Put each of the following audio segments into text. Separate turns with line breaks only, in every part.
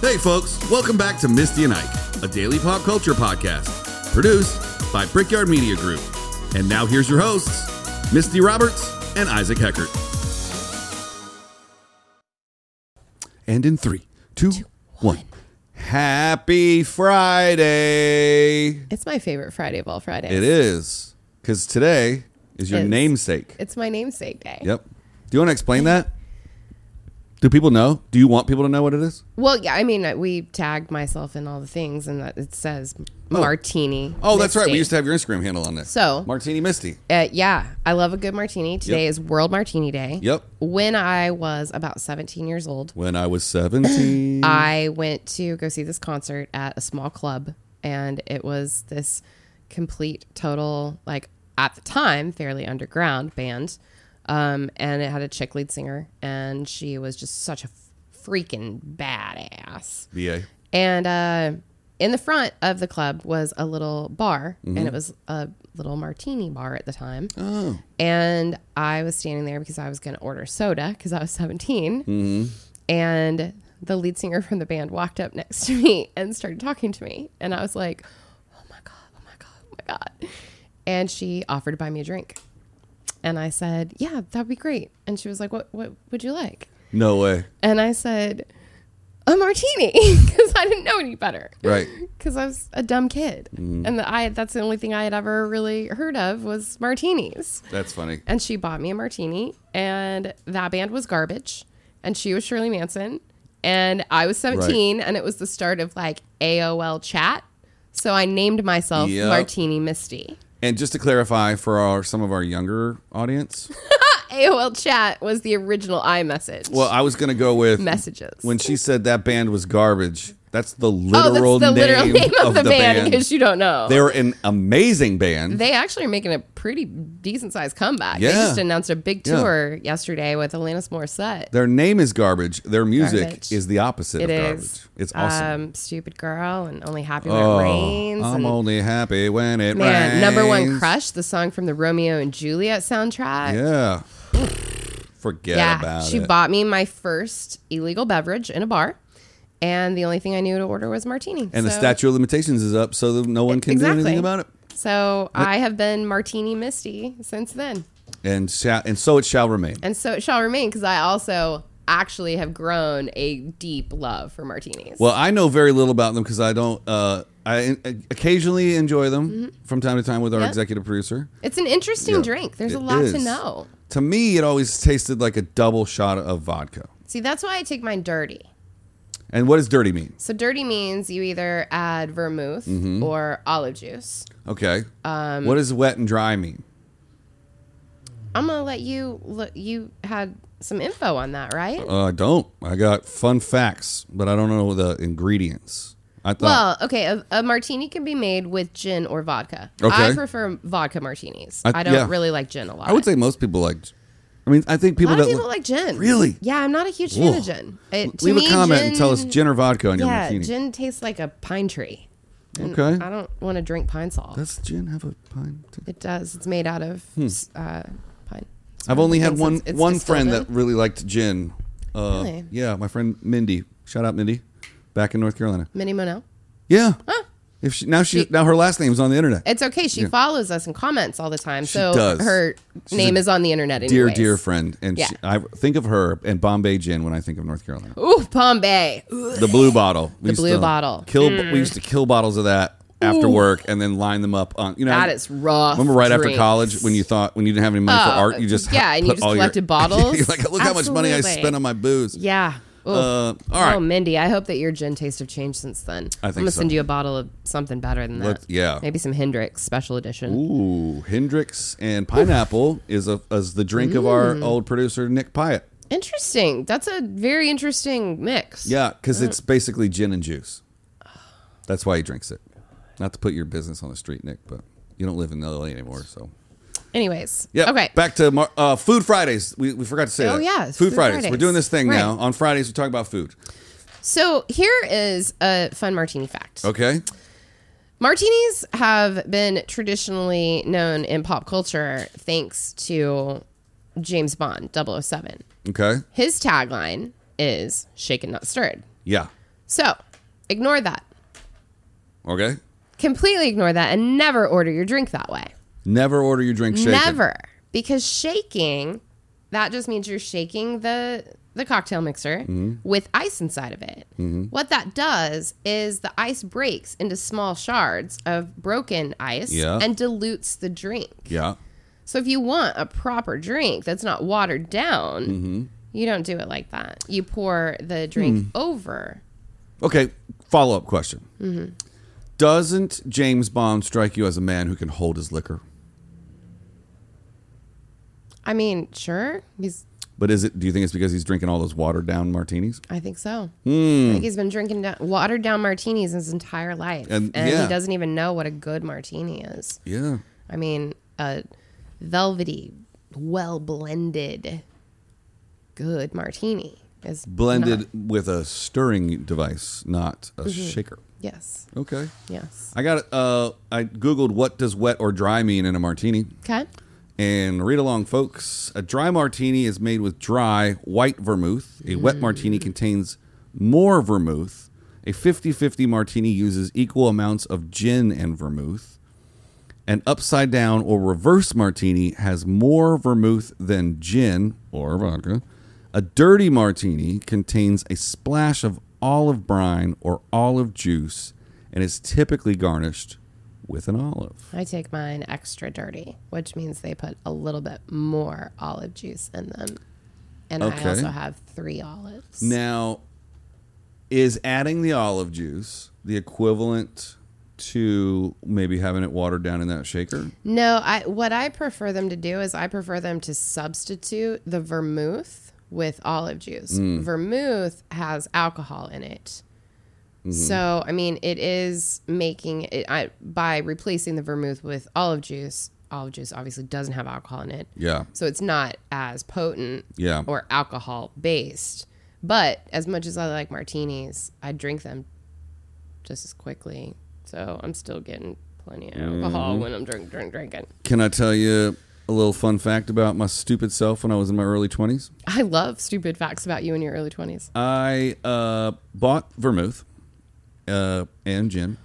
Hey, folks, welcome back to Misty and Ike, a daily pop culture podcast produced by Brickyard Media Group. And now here's your hosts, Misty Roberts and Isaac Heckert. And in three, two, one. Happy Friday! It
It's my favorite Friday of all Fridays.
is, because today is your
It's-
namesake.
It's my namesake day.
Yep. Do you want to explain that? Do people know? Do you want people to know what it is?
Well, yeah, I mean, I- we tagged myself in all the things, and that it says martini.
Oh, that's right. We
mixtape.
used to have your Instagram handle on there.
So-
Martini Misty.
Uh, yeah, I love a good martini. Today
Yep.
is World Martini Day.
Yep.
When I was about 17 years old,
When I was seventeen.
I went to go see this concert at a small club, and it was this complete, total, like at the time, fairly underground band. Um, and it had a chick lead singer, and she was just such a freaking badass.
VA.
And uh, in the front of the club was a little bar, and it was a little martini bar at the time. Mm-hmm. Oh. And I was standing there because I was going to order soda because I was 17. Mm-hmm. And the lead singer from the band walked up next to me and started talking to me. And I was like, oh my God, oh my God, oh my God. And she offered to buy me a drink. And I said, yeah, that'd be great. And she was like, what, what would you like?
No way.
And I said, a martini, because I didn't know any better.
Right.
Because I was a dumb kid. And the, I, that's the only thing I had ever really heard of was martinis.
That's funny.
And she bought me a martini, and that band was garbage. And she was Shirley Manson. And I was 17, and it was the start of like AOL chat. So I named myself
Yep.
Martini Misty.
And just to clarify for our some of our younger audience,
AOL chat was the original iMessage
well, I was gonna go with
messages.
when she said that band was garbage. That's the
oh,
literal,
that's the literal name of, the, band
band.
because you don't know.
They were an amazing band.
they actually are making a pretty decent sized comeback. They
Yeah.
just announced a big
Yeah.
tour yesterday with Alanis Morissette.
Their name is garbage. Their music
Garbage.
is the opposite
It
of garbage.
is.
It's awesome.
Um, Stupid girl and only happy when
Oh,
it rains.
I'm
and-
only happy when it
man,
rains.
number one crush, the song from the Romeo and Juliet soundtrack.
Yeah. Forget about
she
it.
bought me my first illegal beverage in a bar, and the only thing I knew to order was martini.
and the
So-
statute of limitations is up, so that no one can do anything
Exactly.
about it.
So I have been martini misty since then.
And shall, and so it shall remain.
and so it shall remain because I also actually have grown a deep love for martinis.
Well, I know very little about them because I don't. Uh, I I occasionally enjoy them from time to time with our
Mm-hmm. Yeah.
executive producer.
it's an interesting drink. There's a
It
lot to
is.
know.
To me, it always tasted like a double shot of vodka.
See, that's why I take mine dirty.
And what does dirty mean?
So dirty means you either add vermouth
Mm-hmm.
or olive juice.
Okay. Um, what does wet and dry mean?
I'm gonna let you look. You had some info on that, right?
Uh, I don't. I got fun facts, but I don't know the ingredients. I thought
well, okay, a, a martini can be made with gin or vodka.
Okay.
I prefer vodka martinis.
I-
I, don't
yeah.
really like gin a lot.
I would say most people like. I mean, I think
a
people
lot of
that
people
li-
like gin.
Really?
Yeah, I'm not a huge fan
Ugh.
of gin. It, to
leave
me,
a comment and tell us
gin-
gin or vodka on your
Yeah,
martini.
gin tastes like a pine tree.
okay.
I don't want to drink pine salt.
Does gin have a pine? to-
it does. It's made out of
Hmm.
uh, pine.
I've
It's one of
only
the
had
things
one
that's- it's
one
distilled
friend
in.
that really liked gin. Uh,
Really?
Yeah, my friend Mindy. Shout out Mindy, back in North Carolina.
Minnie Mono.
Yeah. If she, now she, now her last name's on the internet.
It's okay. She follows us and comments all the time. so
does.
her
She's
name
a
is on the internet.
dear
anyways.
dear friend, and
Yeah.
she, I think of her and Bombay gin when I think of North Carolina.
Ooh, Bombay. Ooh.
The blue bottle. We
The
used
blue
to
bottle. Mm.
Kill. We used to kill bottles of that after work and then line them up on. You know
That is rough.
Remember right after
drinks.
college when you thought when you didn't have any money for
Oh,
art, you just
yeah, and you
put
just
all your-
collected bottles?
You're like, look how much money I
Absolutely.
spent on my booze.
Yeah. Ooh.
Uh, all right.
Oh, Mindy, I hope that your gin tastes have changed since then.
I
am
think
gonna
so.
send you a bottle of something better than that.
Let's- yeah.
Maybe some Hendrix special edition.
Ooh, Hendrix and pineapple is a is the drink of our
Mm.
old producer Nick Pyatt.
Interesting. That's a very interesting mix.
Yeah,
Uh.
because it's basically gin and juice. That's why he drinks it. Not to put your business on the street, Nick, but you don't live in LA anymore, so
Anyways.
Yeah.
Okay.
Back to Mar- uh, Food Fridays. We, we forgot to say
Oh,
that.
yeah, it's
Food,
Food
Fridays. We're
Fridays.
doing this thing
Right.
now. On Fridays, we talk about food.
So here is a fun martini fact.
Okay.
Martinis have been traditionally known in pop culture thanks to James Bond 007.
Okay.
His tagline is shaken not stirred.
Yeah.
So ignore that.
Okay.
Completely ignore that and never order your drink that way.
Never order your drink shaken.
Never. Because shaking, that just means you're shaking the the cocktail mixer with ice inside of it. What that does is the ice breaks into small shards of broken ice
Yeah.
and dilutes the drink.
Yeah.
So if you want a proper drink that's not watered down, you don't do it like that. You pour the drink over.
Okay. Follow up question. Mm-hmm. Doesn't James Bond strike you as a man who can hold his liquor?
I mean, sure, he's
But is it? Do you think it's because he's drinking all those watered down martinis?
I think so.
Hmm.
I think he's been drinking down, watered down martinis his entire life,
And-
and,
yeah.
he doesn't even know what a good martini is.
Yeah.
I mean, a velvety, well blended, good martini is
Blended
not-
with a stirring device, not a shaker.
yes,
Okay.
yes.
I got. Uh, I googled what does wet or dry mean in a martini.
Okay.
And read along, folks. A dry martini is made with dry white vermouth. A wet martini contains more vermouth. A 50 50 martini uses equal amounts of gin and vermouth. An upside down or reverse martini has more vermouth than gin or vodka. A dirty martini contains a splash of olive brine or olive juice and is typically garnished with an olive.
I take mine extra dirty, which means they put a little bit more olive juice in them. And
Okay.
I also have three olives.
Now, is adding the olive juice the equivalent to maybe having it watered down in that shaker?
No, I what I prefer them to do is I prefer them to substitute the vermouth with olive juice. Vermouth has alcohol in it. So, I mean, it is making it I, by replacing the vermouth with olive juice. Olive juice obviously doesn't have alcohol in it.
Yeah.
So it's not as potent
Yeah.
or alcohol based. But as much as I like martinis, I drink them just as quickly. So I'm still getting plenty of alcohol
Mm-hmm.
when I'm drink, drink, drinking.
Can I tell you a little fun fact about my stupid self when I was in my early 20s?
I love stupid facts about you in your early 20s.
I uh, bought vermouth uh, and gin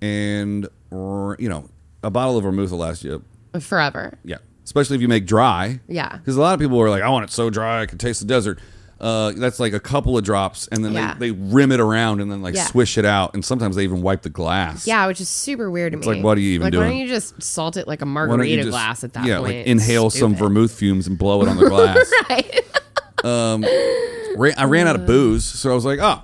and, r- you know, a bottle of vermouth will last you,
Forever.
yeah, especially if you make dry.
Yeah.
Because a lot of people were like, I want it so dry I can taste the desert. Uh, that's like a couple of drops, and then
Yeah.
they, they rim it around and then like
Yeah.
swish it out, and sometimes they even wipe the glass.
Yeah, which is super weird to me.
like, what are you even
like, Why
doing?
don't you just salt it like a
Why don't you
margarita
just-
glass at that
yeah,
point?
like inhale some
Stupid.
vermouth fumes and blow it on the glass.
Right.
Ra- I ran out of booze, so I was like, oh,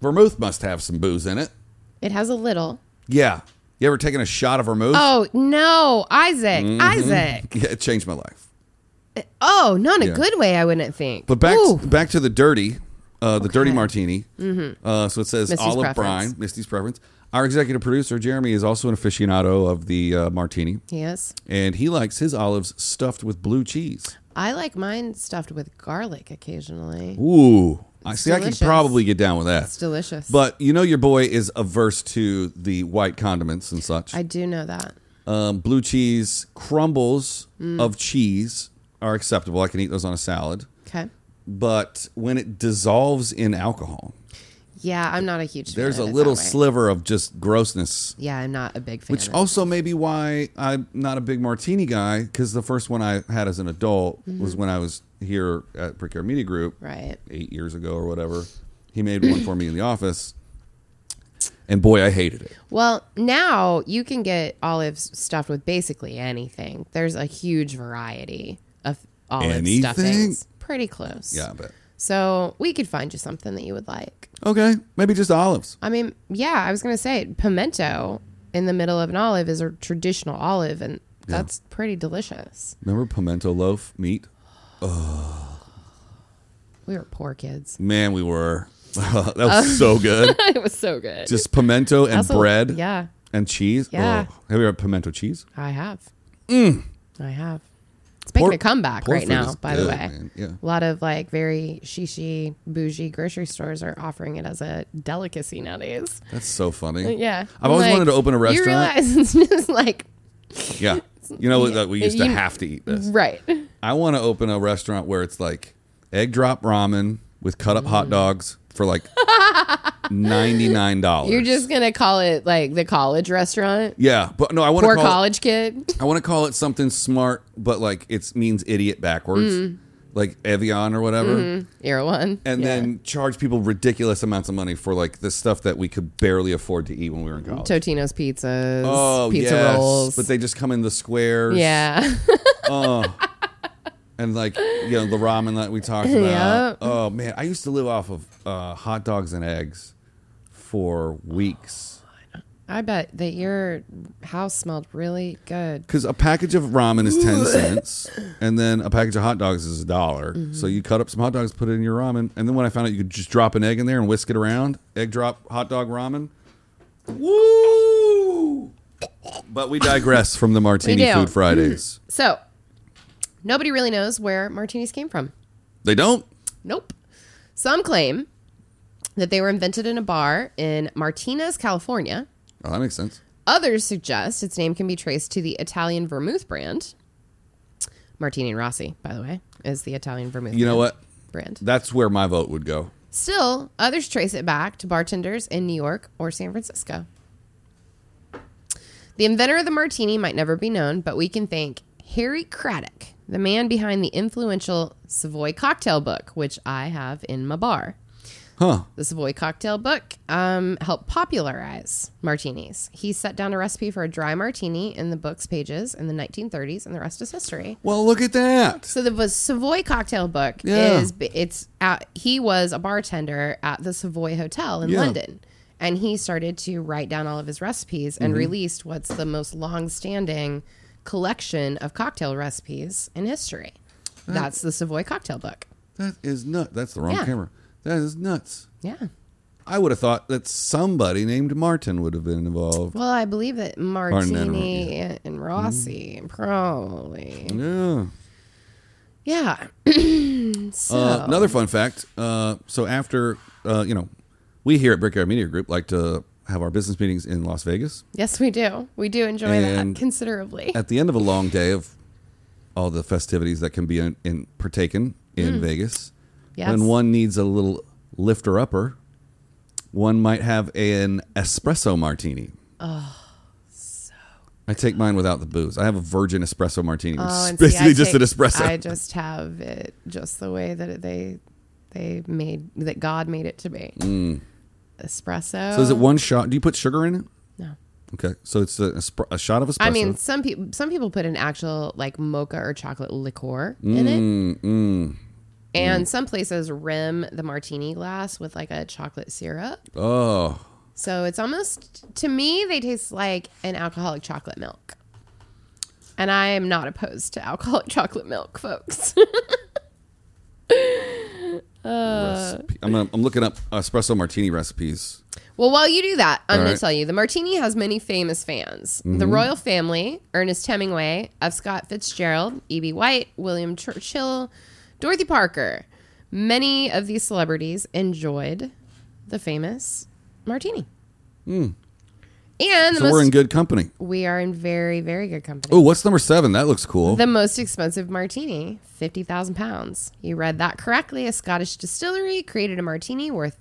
vermouth must have some booze in it.
It has a little.
Yeah. You ever taken a shot of vermouth?
Oh, no. Isaac.
Mm-hmm.
Isaac.
Yeah, it changed my life.
Oh, not in
Yeah.
a good way, I wouldn't think.
But back
Ooh.
back to the dirty, uh, the dirty
Okay.
martini. Mm-hmm. Uh, so it says
Misty's
olive
preference.
brine, Misty's preference. Our executive producer Jeremy is also an aficionado of the uh, martini,
Yes.
and he likes his olives stuffed with blue cheese.
I like mine stuffed with garlic occasionally.
Ooh, I see. I
delicious.
can probably get down with that.
It's delicious.
But you know, your boy is averse to the white condiments and such.
I do know that.
um, blue cheese crumbles
Mm.
of cheese are acceptable. I can eat those on a salad.
Okay.
But when it dissolves in alcohol,
Yeah, I'm not a huge fan.
There's
of
a
it that
little
way.
sliver of just grossness,
Yeah, I'm not a big fan.
which
of it.
also may be why I'm not a big martini guy. Because the first one I had as an adult was when I was here at Precare Media Group,
Mm-hmm. Right.
eight years ago or whatever. He made one for me in the office, and boy, I hated it.
Well, now you can get olives stuffed with basically anything. There's a huge variety of olive
Anything?
stuffings. Pretty close.
Yeah, but
So we could find you something that you would like.
okay, maybe just olives.
I mean, yeah, I was gonna say pimento in the middle of an olive is a traditional olive, and that's pretty delicious.
Remember pimento loaf meat?
We were poor kids.
Man, we were. that was so good.
it was so good.
Just pimento and
Also,
bread
Oh. Yeah,
and cheese.
Yeah.
Oh, have you ever had pimento cheese?
I have. I have. It's making
Por-
a comeback
por
right
Mm. food
now,
is
by
good,
the way.
man. Yeah.
A lot of like very shishi, bougie grocery stores are offering it as a delicacy nowadays.
That's so funny.
Yeah.
I've always
Like,
wanted to open a restaurant.
You realize it's just like,
Yeah. You know that we used to
You-
have to eat this.
right.
I want to open a
Mm.
restaurant where it's like egg drop ramen with cut up hot dogs for like $99.
You're just gonna call it like the college restaurant.
Yeah, but no, I want to
Poor
call it-
college kid.
I want to call it something smart, but like it means idiot backwards, like Evian or whatever.
You're one.
And
Mm. Mm-hmm. Yeah.
then charge people ridiculous amounts of money for like the stuff that we could barely afford to eat when we were in college.
Totino's pizzas,
oh,
pizza
yes,
rolls.
but they just come in the squares.
yeah.
and like you know the ramen that we talked about.
Yep.
Oh man, I used to live off of uh, hot dogs and eggs for weeks.
I bet that your house smelled really good.
because a package of ramen is 10 cents and then a package of hot dogs is a dollar
Mm-hmm.
so you cut up some hot dogs put it in your ramen and then when i found out you could just drop an egg in there and whisk it around egg drop hot dog ramen woo but we digress from the martini
do.
food fridays
So, nobody really knows where martinis came from.
they don't
Nope. Some claim that they were invented in a bar in Martinez, California.
oh that makes sense
Others suggest its name can be traced to the Italian vermouth brand. Martini and Rossi, by the way, is the Italian vermouth
you know
brand-
what
brand.
that's where my vote would go
Still, others trace it back to bartenders in New York or San Francisco. The inventor of the martini might never be known, but we can thank Harry Craddock, the man behind the influential Savoy cocktail book, which I have in my bar.
huh
The Savoy cocktail book um, helped popularize martinis. He set down a recipe for a dry martini in the book's pages in the 1930s, and the rest is history.
well look at that
So the was Savoy cocktail book
Yeah.
is it's at, he was a bartender at the Savoy Hotel in
Yeah.
London, and he started to write down all of his recipes
Mm-hmm.
and released what's the most long-standing collection of cocktail recipes in history. That's the Savoy cocktail book.
that is nuts that's the wrong
Yeah.
camera that is nuts
Yeah.
i would have thought that somebody named martin would have been involved
Well, I believe that
and
Martini
Ro-
and
Mm-hmm.
Rossi probably.
yeah
Yeah. so
Uh, another fun fact. Uh, so after uh, you know, we here at Brickyard Media Group like to have our business meetings in Las Vegas
yes, we do. We do enjoy
And-
that considerably.
at the end of a long day of all the festivities that can be in, in partaken in
Hmm.
Vegas.
Yes.
When one needs a little lifter upper, one might have an espresso martini. Oh, so. I take mine without the booze. I have a virgin espresso martini. which is
Oh, and see, I
basically just
take-
an espresso.
I just have it just the way that it, they they made that God made it to be. Espresso.
Mm. so is it one shot? Do you put sugar in it?
No.
Okay, so it's a, espr- a shot of espresso.
I mean, some people some people put an actual like mocha or chocolate liqueur in it.
Mm,
And some places rim the martini glass with like a chocolate syrup.
oh,
So it's almost to me they taste like an alcoholic chocolate milk. And I am not opposed to alcoholic chocolate milk, folks. uh,
recipe. I'm, gonna, I'm looking up espresso martini recipes.
Well, while you do that, I'm
All
going
right.
to tell you the martini has many famous fans.
Mm-hmm.
The royal family, Ernest Hemingway, F. Scott Fitzgerald, E.B. White, William Churchill, Dorothy Parker. Many of these celebrities enjoyed the famous martini. And the
Hmm. So
most,
we're in good company.
we are in very, very good company.
Oh, what's number seven? That looks cool.
The most expensive martini, 50,000 pounds. You read that correctly. A Scottish distillery created a martini worth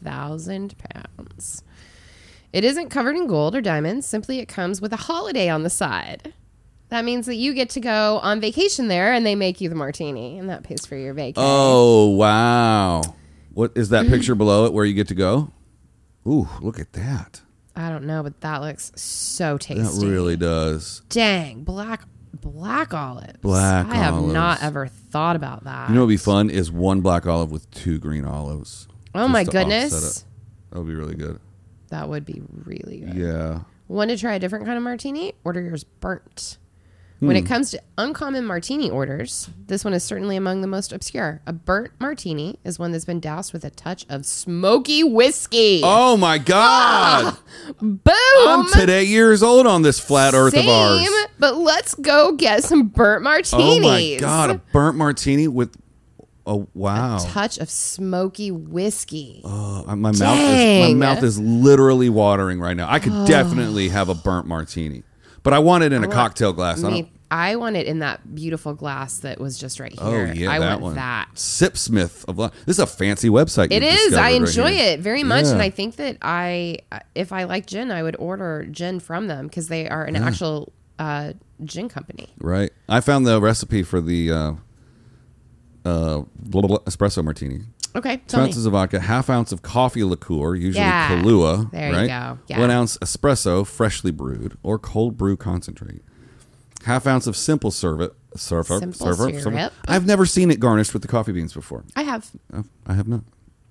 50,000 pounds. It isn't covered in gold or diamonds, simply, it comes with a holiday on the side. That means that you get to go on vacation there and they make you the martini, and that pays for your vacation.
oh wow! What is that picture below it where you get to go? Ooh, look at that.
I don't know, but that looks so tasty.
That really does.
Dang, black black olives.
Black
I have
olives.
not ever thought about that.
You know, what would be fun is one black olive with two green olives.
oh my
Just to offset
goodness.
it. that would be really good.
That would be really good.
Yeah.
Want to try a different kind of martini? Order yours burnt.
Hmm.
When it comes to uncommon martini orders, this one is certainly among the most obscure. A burnt martini is one that's been doused with a touch of smoky whiskey.
Oh my
Ah,
god!
Boom!
I'm today years old on this flat Earth
Same,
of ours.
but let's go get some burnt martinis.
Oh my god! A burnt martini with oh wow.
Touch of smoky whiskey.
Uh, my mouth is my
Dang. Oh.
mouth is literally watering right now. I could definitely have a burnt martini, but I want it in a cocktail glass. I
Me-
don't,
I want it in that beautiful glass that was just right
Oh
here.
yeah,
I
that
want
one.
that.
Sipsmith of Lo- this is a fancy website.
It
you've
is.
discovered
I
right
enjoy
here.
it very much, and
Yeah.
I think that I, if I like gin, I would order gin from them because they are an actual uh, gin company.
Right. I found the recipe for the uh, uh, blah, blah, blah, espresso martini.
Okay,
Two
tell me.
ounces of vodka, half ounce of coffee liqueur, usually
Yeah.
Kahlua.
There you
right?
go. Yeah.
One ounce espresso, freshly brewed, or cold brew concentrate. Half ounce of simple syrup. Syrup.
Simple syrup.
I've never seen it garnished with the coffee beans before.
I have.
I've- I have not.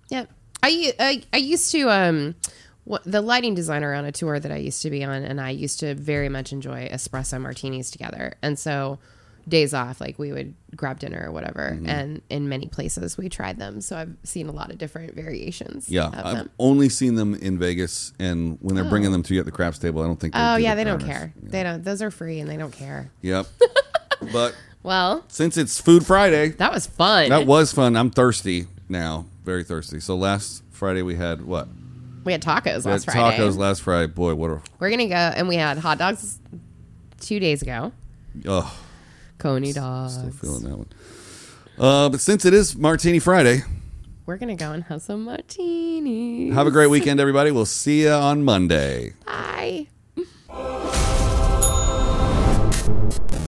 Yep. I, u- I I used to um, what, the lighting designer on a tour that I used to be on, and I used to very much enjoy espresso martinis together. And so, days off, like we would grab dinner or whatever,
Mm-hmm.
and in many places we tried them. So I've seen a lot of different variations.
Yeah,
of
I've
them.
only seen them in Vegas, and when they're bringing them to you at the craps table, I don't think. they
Oh
do
yeah,
the
they don't
garnish.
care. They don't. Those are free, and they don't care.
Yep. but
Well,
since it's Food Friday,
that was fun.
that was fun. I'm thirsty now, very thirsty. So last Friday we had what?
we had tacos
We
last
had
Friday.
Tacos last Friday. Boy, what a
We're gonna go, and we had hot dogs two days ago.
oh,
Coney
still
dogs.
feeling that one. Uh, but since it is Martini Friday,
We're gonna go and have some martinis.
have a great weekend, everybody. We'll see you on Monday.
Bye.